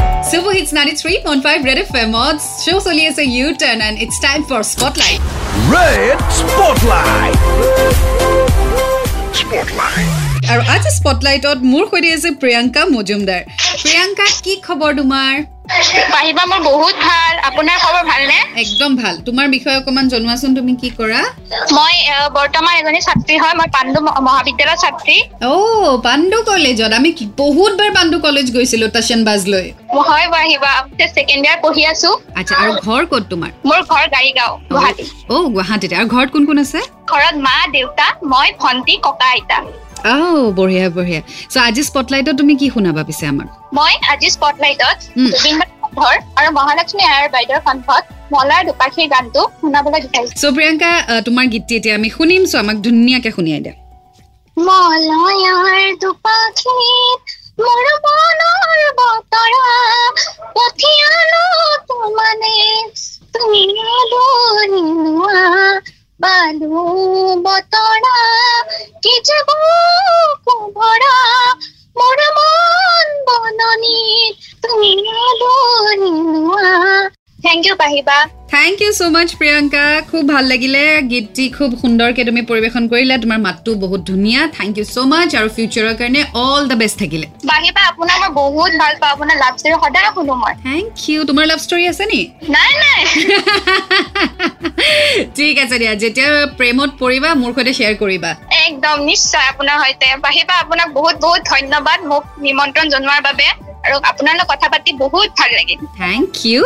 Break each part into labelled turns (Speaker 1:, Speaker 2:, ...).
Speaker 1: it's 93.5 Red FM. Show சொல்லி is a U-turn and it's time for Spotlight.
Speaker 2: Red Spotlight. Spotlight.
Speaker 1: আৰু আজি স্পটলাইটত মোৰ সৈতে আছে প্ৰিয়ংকা মজুমদাৰ প্ৰিয়ংকা কি খবৰ তোমাৰ
Speaker 3: পাহিবা মোৰ বহুত ভাল আপোনাৰ খবৰ ভালনে
Speaker 1: একদম ভাল তোমাৰ বিষয়ে অকমান জনোৱাচোন তুমি কি কৰা
Speaker 3: মই আহ, বৰ্তমান এজনী ছাত্ৰী হয় মই পাণ্ডু ম- মহাবিদ্যালয়ৰ ছাত্ৰী
Speaker 1: অ' পাণ্ডু কলেজত আমি কি- বহুতবাৰ পাণ্ডু কলেজ গৈছিলো তাচেনবাজলৈ
Speaker 3: হয় পাহিবা ছেকেণ্ড ইয়াৰ পঢ়ি আছো
Speaker 1: আচ্ছা আৰু ঘৰ ক'ত তোমাৰ
Speaker 3: মোৰ ঘৰ গাড়ীগাঁও গুৱাহাটী
Speaker 1: অ' গুৱাহাটীতে আৰু ঘৰত কোন কোন আছে
Speaker 3: ঘৰত মা দেউতা মই ভন্টি ককা আইতা
Speaker 1: অ' বঢ়িয়া বঢ়িয়া চ' আজি স্পটলাইটত তুমি কি শুনাবা পিছে আমাক
Speaker 3: মই আজি স্পটলাইটত
Speaker 1: উম।
Speaker 3: জুবিন দাৰ কণ্ঠৰ আৰু মহালক্ষ্মী আয়াৰ বাইদেউৰ কণ্ঠত মলাৰ দুপাখীৰ গানটো শুনাবলৈ বিচাৰিছো
Speaker 1: চ' প্ৰিয়ংকা আহ, তোমাৰ গীতটি এতিয়া আমি শুনিম চ' আমাক ধুনীয়াকে শুনিয়াই দিয়া
Speaker 3: মলয়াৰ দুপাখিত মোৰ মনৰ বতৰা পঠিয়ালো তোমালে তুমি আদৰি লোৱা পালো বতৰা কি যে বুকু ভৰা মোৰ মন বননিত তুমি আদৰি লোৱা থেংক ইউ পাহিবা
Speaker 1: thank you so' much Priyanka খুব ভাল লাগিলে গীতটি খুব সুন্দৰকে তুমি পৰিৱেশন কৰিলা তোমাৰ মাতটো বহুত ধুনীয়া থেংক ইউ ছ' মাছ আৰু ফিউচাৰৰ কাৰণে অল দ্য বেষ্ট থাকিলে
Speaker 3: পাহিবা আপোনাক মই বহুত ভাল পাওঁ আপোনাৰ লাভ ষ্টোৰী সদায় শুনো মই
Speaker 1: থেংক ইউ তোমাৰ লাভ ষ্টৰী আছে নি
Speaker 3: নাই নাই
Speaker 1: ঠিক আছে দিয়া যেতিয়া প্ৰেমত পৰিবা মোৰ সৈতে শ্বেয়াৰ কৰিবা
Speaker 3: একদম নিশ্চয় আপোনাৰ সৈতে পাহিবা আপোনাক বহুত বহুত ধন্যবাদ মোক নিমন্ত্ৰণ জনোৱাৰ বাবে আৰু আপোনাৰ লগত কথা পাতি বহুত ভাল লাগিল
Speaker 1: থেংক ইউ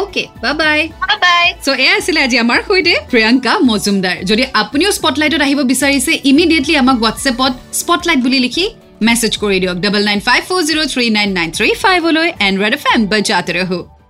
Speaker 1: অ'কে বা বাই
Speaker 3: বাই
Speaker 1: চ' এয়া আছিলে আজি আমাৰ সৈতে প্ৰিয়ংকা মজুমদাৰ যদি আপুনিও স্পটলাইটত আহিব বিচাৰিছে ইমিডিয়েটলি আমাক হোৱাটছএপত স্পটলাইট বুলি লিখি মেছেজ কৰি দিয়ক double nine five four zero' three nine nine three ফাইভলৈ এণ্ড্ৰইড এফ এম বজাতে ৰহো